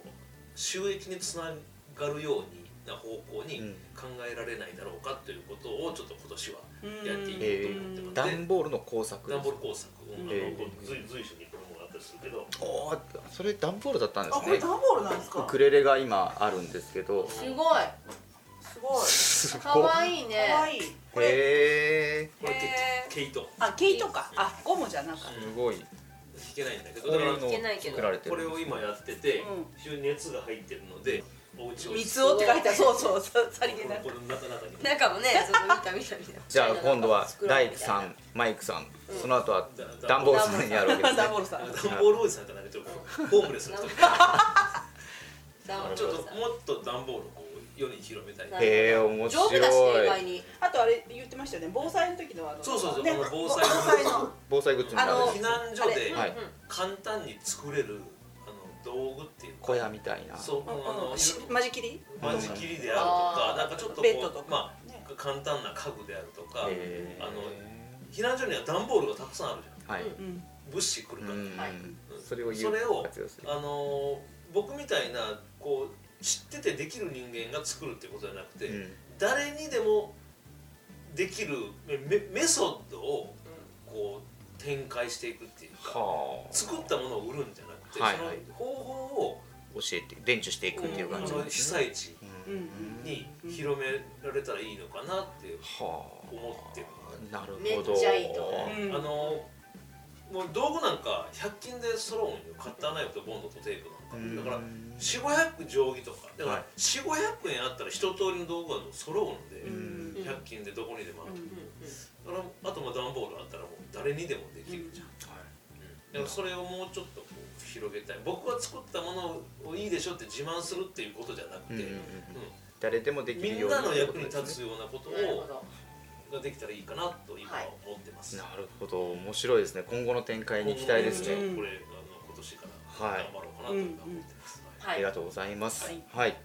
Speaker 5: 収益につながるような方向に
Speaker 2: うん
Speaker 5: 考えられないだろうかということをちょっと今年はやってい
Speaker 2: え
Speaker 5: こうと思ってます、
Speaker 2: 段ボールの工作
Speaker 5: ダンボール工作、うんあの
Speaker 2: へえ
Speaker 5: こう随随所にこのものがあったりするけど、
Speaker 2: おーそれ段ボールだったんで
Speaker 6: あ
Speaker 2: す
Speaker 6: これ
Speaker 2: ね
Speaker 6: 段ボールなんです
Speaker 2: ウ
Speaker 6: か
Speaker 2: クレレが今あるんですけど
Speaker 4: すごい
Speaker 6: すごい
Speaker 2: す
Speaker 4: か
Speaker 2: い
Speaker 4: わいいね
Speaker 6: かわいいこれ
Speaker 2: へえ
Speaker 5: これ
Speaker 6: へ
Speaker 5: 毛毛糸
Speaker 6: あ毛糸かあゴムじゃなかった
Speaker 2: すごい
Speaker 5: 引けないんだけど
Speaker 2: こう
Speaker 5: だ
Speaker 2: いう
Speaker 5: か
Speaker 2: の
Speaker 4: いけないけど
Speaker 2: 作られて
Speaker 5: ら
Speaker 2: る
Speaker 5: これを今やってて、
Speaker 6: うん
Speaker 5: 非常に熱が入ってるのでお家を
Speaker 6: 三つおって書いてあるそうそうささりげなく
Speaker 5: この中中に
Speaker 4: 中もねそう見た見た見た
Speaker 2: じゃあ今度は大工さ
Speaker 4: うん
Speaker 2: ん、マイクさん、その後は
Speaker 5: だ
Speaker 2: ダンボールさんにやるわけですね
Speaker 6: 段。ボールさん
Speaker 5: ダンボールおじさんかなんかちょっとホームレスの人ちょっともっと段ボールをこう世に広めたい
Speaker 4: なる
Speaker 2: へえ
Speaker 4: ほ
Speaker 2: 面
Speaker 4: ど丈夫だしね意
Speaker 2: 白
Speaker 4: 外
Speaker 2: い。
Speaker 4: に
Speaker 6: あとあれ言ってましたよね防災の時のあの
Speaker 5: そうそうそう
Speaker 6: ね
Speaker 5: あの防
Speaker 6: 防
Speaker 5: 災の
Speaker 6: 災の
Speaker 2: 防災グッズにな
Speaker 6: あ
Speaker 2: る
Speaker 6: の
Speaker 5: 避難所で
Speaker 2: はい
Speaker 5: 簡単に作れるあの道具っていうか
Speaker 2: 小屋みたいな。
Speaker 5: そうあ
Speaker 6: うんう
Speaker 5: の
Speaker 6: んし間仕切り
Speaker 5: 間仕切りであると
Speaker 4: あ
Speaker 5: か
Speaker 4: ー
Speaker 5: なんかちょっとこ
Speaker 6: ベッドと
Speaker 5: うまあ簡単な家具であるとか
Speaker 2: へー
Speaker 5: あの避難所には段ボールがたくさんあるじゃん
Speaker 2: はい。
Speaker 6: うん
Speaker 5: 物資来る
Speaker 2: う
Speaker 5: から
Speaker 2: ん
Speaker 4: はい
Speaker 2: それを
Speaker 5: そ
Speaker 2: 有
Speaker 5: れ
Speaker 2: 効
Speaker 5: を
Speaker 2: 活用する。
Speaker 5: あの僕みたいなこう知っててできる人間が作るってことじゃなくて、
Speaker 2: うん
Speaker 5: 誰にでもできるメメソッドをこう展開していくっていうか、
Speaker 2: はあ。
Speaker 5: 作ったものを売るんじゃなくて、
Speaker 2: はいはい
Speaker 5: その方法を
Speaker 2: 教えて伝授していくっていう
Speaker 5: あ
Speaker 2: 感じ
Speaker 5: の
Speaker 2: で
Speaker 5: 被
Speaker 2: すね。
Speaker 5: 災地
Speaker 6: うん
Speaker 5: に広められたらいいのかなっていう、
Speaker 2: は
Speaker 5: 思ってる
Speaker 2: あ。なる
Speaker 4: め
Speaker 2: ほど。
Speaker 4: っちゃいいと思
Speaker 6: うん
Speaker 5: あのもう道具なんか100均で揃うんよカッターナイフとボンドとテープなんか、だから
Speaker 2: うん
Speaker 5: 4500定規とかだか
Speaker 2: は
Speaker 5: ら
Speaker 2: い
Speaker 5: 4500円あったら一通りの道具が揃うんで、
Speaker 2: うん
Speaker 5: 100均でどこにでもある
Speaker 6: うん
Speaker 5: だからあとまあ段ボールあったらもう誰にでもできるじゃん、うんだからそれをもうちょっとこう広げたい僕が作ったものをいいでしょって自慢するっていうことじゃな
Speaker 2: う
Speaker 5: く
Speaker 2: んうん
Speaker 5: て、
Speaker 2: うんうん
Speaker 5: う
Speaker 2: 誰でもで
Speaker 5: ん
Speaker 2: き
Speaker 5: み
Speaker 2: るよ
Speaker 5: ん
Speaker 2: うに
Speaker 5: なの
Speaker 2: ってこ
Speaker 5: 役
Speaker 2: と
Speaker 5: に
Speaker 2: ですね
Speaker 5: 立つようなこと
Speaker 4: なるほ
Speaker 5: を
Speaker 4: ど
Speaker 5: ができたらいいかなと今は思ってます、
Speaker 2: なるほど面白いですね。今後の展開に期待ですね。
Speaker 5: これあの今年から
Speaker 2: はい
Speaker 5: 頑張ろうかなというふうに思ってます、はい
Speaker 2: あ
Speaker 4: は
Speaker 2: り
Speaker 4: い
Speaker 2: がとうございます。
Speaker 6: はい
Speaker 2: はい。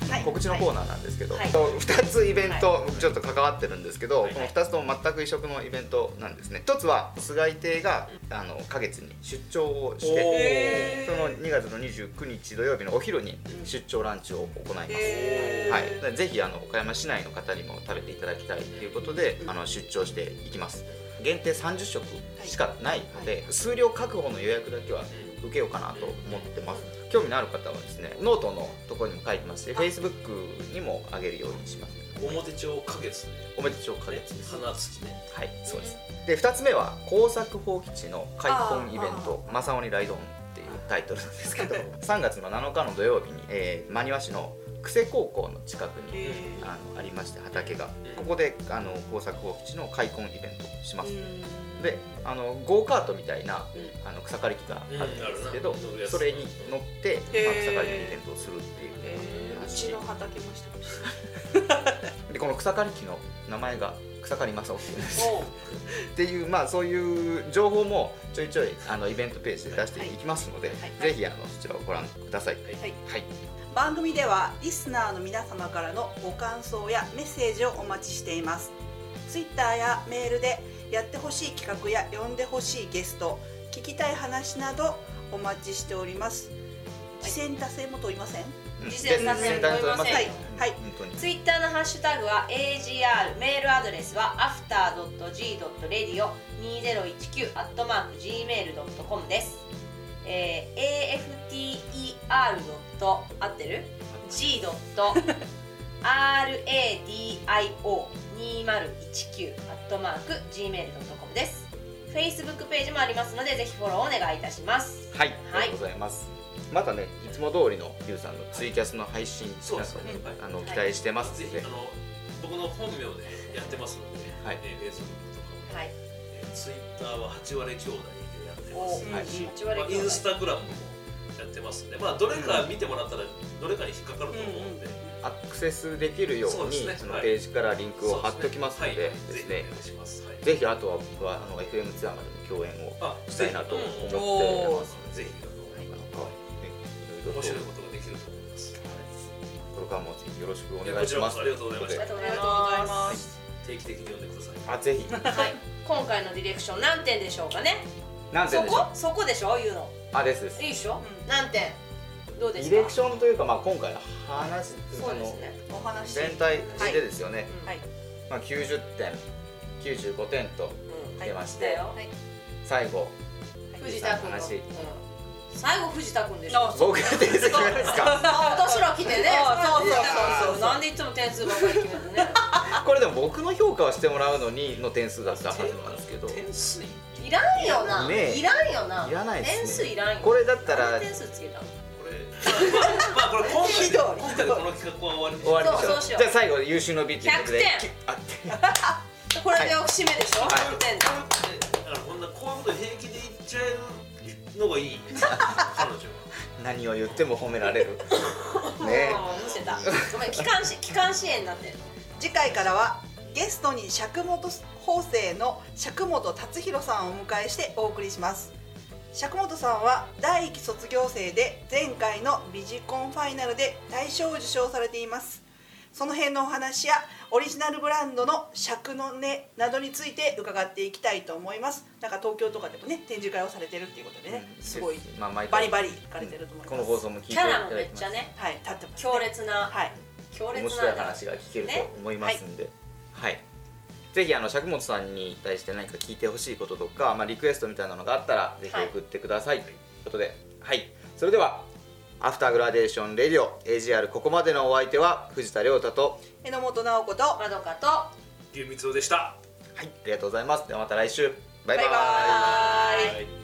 Speaker 6: はい
Speaker 4: はい
Speaker 2: 告知のコーナーなんですけど、
Speaker 4: はい
Speaker 2: 2つイベント、
Speaker 4: は
Speaker 2: 僕ちょっと関わってるんですけど、
Speaker 4: い
Speaker 2: この2つとも全く異色のイベントなんですね1つは菅井亭があの花月に出張をし
Speaker 5: おー
Speaker 2: て
Speaker 5: へ
Speaker 2: その2月の29日土曜日のお昼に出張ランチを行います、
Speaker 7: へー
Speaker 2: はい、ぜひあの岡山市内の方にも食べていただきたいということで、あの出張していきます限定30食しかないので、数量確保の予約だけは受けようかなと思ってます興味のある方はですねノートのところにも書いてますし Facebook にも上げるようにします
Speaker 5: 表帳花月ね
Speaker 2: おめでとう花月です
Speaker 5: 花月ね
Speaker 2: はいそうですで2つ目は工作放棄地の開墾イベント「正雄にライドオン」っていうタイトルなんです けど3月の7日の土曜日に、えー、真庭市の久世高校の近くにあのありまして畑がここであの工作放棄地の開墾イベントをしますであのゴーカートみたいなあの草刈り機があるんですけど
Speaker 5: うんあるな乗るやつ
Speaker 2: それに乗って、まあ、草刈りのイベントをするっていうね
Speaker 7: うちの畑もしてほしい
Speaker 2: でこの草刈り機の名前が草刈り正雄っていうんです
Speaker 7: おう
Speaker 2: っていうまあそういう情報もちょいちょいあのイベントページで出していきますので、ぜひあのそちらをご覧ください。はい、はい
Speaker 3: 番組ではリスナーの皆様からのご感想やメッセージをお待ちしていますツイッターやメールでやってほしい企画や呼んでほしいゲスト聞きたい話などお待ちしております次戦多戦も問いません
Speaker 2: うん
Speaker 4: 次戦多戦問いません
Speaker 3: はいはい
Speaker 2: 本当に。
Speaker 4: ツイッターのハッシュタグは AGR メールアドレスは after.g.radio2019-gmail.com です、えー、after. 合ってる ?g.radio2019-gmail.com です Facebook ページもありますのでぜひフォローお願いいたします
Speaker 2: はい、あ
Speaker 4: はい
Speaker 2: りがとうございます。またね、いつも通りのゆうさんのツイキャスの配信
Speaker 5: そう
Speaker 2: な
Speaker 5: で
Speaker 2: ん
Speaker 5: す
Speaker 2: か
Speaker 5: ね
Speaker 2: も、
Speaker 5: はい
Speaker 2: あの期待してます
Speaker 5: ぜ
Speaker 2: の
Speaker 5: ひ
Speaker 2: で、
Speaker 5: あの僕の本名でやってますので、
Speaker 2: はい
Speaker 5: えー、フェイスブックとかも、
Speaker 4: はい
Speaker 5: えー、ツイッターは八割兄弟でやってます
Speaker 2: はい
Speaker 5: し、
Speaker 4: 八割
Speaker 5: まあ、
Speaker 4: 兄弟
Speaker 5: インスタグラムもやってますんで、まあ、どれか見てもらったらどれかに引っかかると思うんで、
Speaker 2: アクセスできるよ
Speaker 5: そう
Speaker 2: う
Speaker 5: で
Speaker 2: に
Speaker 5: すね
Speaker 2: そのページからリンクを貼っておきますのでで
Speaker 5: はい
Speaker 2: す
Speaker 5: ぜ
Speaker 2: ね
Speaker 5: ひお願いします、はい
Speaker 2: ぜひあとは僕はあの FM ツアーまでの共演を
Speaker 5: あ
Speaker 2: したいなと思ってますので、
Speaker 5: う
Speaker 2: な
Speaker 5: ん
Speaker 2: んか
Speaker 5: ぜ
Speaker 2: ね
Speaker 5: ひ
Speaker 2: いろ
Speaker 5: あ
Speaker 2: い
Speaker 5: の
Speaker 2: ろ
Speaker 5: 面
Speaker 2: と
Speaker 5: 白いことができると思います
Speaker 2: これからもぜひよろしくお
Speaker 5: い
Speaker 2: 願
Speaker 5: やこ
Speaker 2: い
Speaker 5: ち
Speaker 2: し
Speaker 5: らこ
Speaker 2: ます。
Speaker 5: そありがとうございま
Speaker 4: あ
Speaker 5: した
Speaker 4: りがとうご
Speaker 7: あ
Speaker 4: ざ
Speaker 7: りがとうござい
Speaker 4: い
Speaker 7: ま
Speaker 4: ます
Speaker 7: す
Speaker 5: 定期的に読んでください
Speaker 2: あぜひ
Speaker 4: はい今回のディレクション何点でしょうかね
Speaker 2: 何
Speaker 4: そ
Speaker 2: 点でしょ
Speaker 4: こ
Speaker 2: う
Speaker 4: そこでしょ言うの
Speaker 2: あですです
Speaker 4: いいでしょ、何点どうで
Speaker 2: ディ
Speaker 4: すか
Speaker 2: レクションというか、まあ、今回の話
Speaker 4: そうですね
Speaker 3: お話し
Speaker 2: 全体でですよね、
Speaker 4: はい
Speaker 2: まあ、90点95点と
Speaker 4: うん
Speaker 2: 出まし
Speaker 4: だ
Speaker 2: て、
Speaker 4: よ
Speaker 2: 最後
Speaker 4: 藤田君の
Speaker 2: 話
Speaker 4: うん最後藤田君でしょ
Speaker 2: 僕が点数決めるんですか
Speaker 4: あ私ら来てね
Speaker 7: そうそうそうそう
Speaker 4: いやーなんでいつも点数ばっかり決めるのね
Speaker 2: これでも僕の評価をしてもらうのにの点数だったはずなんですけど
Speaker 5: 点数い
Speaker 4: いらんよな、
Speaker 2: ねえ
Speaker 4: いらんよない
Speaker 2: らないですね
Speaker 4: 点数いらんよ
Speaker 2: これだった
Speaker 4: なん
Speaker 2: ら
Speaker 4: で点数つけたの
Speaker 5: これまあこれ今回で今回でこの企画は終わりにし
Speaker 2: 終わりまし
Speaker 4: そう
Speaker 2: ょ
Speaker 4: そううしよう
Speaker 2: じゃあ最後優秀の美ということで
Speaker 4: 100点
Speaker 2: きあ
Speaker 4: これで締めでしょ、
Speaker 2: はい
Speaker 4: 100点で
Speaker 5: だからこんなこういうこと平気で言っちゃえるのがいい彼女は
Speaker 2: 何を言っても褒められるね
Speaker 4: うん見せたごめん機関士機関支援になってる
Speaker 3: 次回からはゲストに尺本法政の尺本達弘さんをお迎えしてお送りします尺本さんは第一期卒業生で前回のビジコンファイナルで大賞を受賞されていますその辺のお話やオリジナルブランドの尺の音などについて伺っていきたいと思いますなんか東京とかでもね展示会をされてるっていうことでねすごい
Speaker 2: まあ毎
Speaker 3: バ
Speaker 2: 回
Speaker 3: リバリ行かれてると思います
Speaker 2: この放送も聞いて
Speaker 4: キ
Speaker 2: いた
Speaker 4: ャ
Speaker 2: だ
Speaker 4: ラ
Speaker 2: き
Speaker 4: もめっ
Speaker 2: ま
Speaker 4: ち
Speaker 2: す
Speaker 4: ゃね
Speaker 3: はい立ってます、ね、
Speaker 4: 強烈な、
Speaker 3: はい
Speaker 4: 強烈な
Speaker 2: 面白い話が聞けると思いますんで、はい、ぜひあの尺本さんに対して何か聞いてほしいこととか、まあ、リクエストみたいなのがあったらぜひ送ってください、ということで、はい、それでは「アフターグラデーションレディオ AGR」ここまでのお相手は藤田亮太と、
Speaker 3: 榎本直子と
Speaker 4: まどかと
Speaker 5: 牛光雄でした
Speaker 2: はい、ありがとうございますではまた来週バイバ
Speaker 4: バイバ
Speaker 2: イ
Speaker 4: ーイ
Speaker 5: はい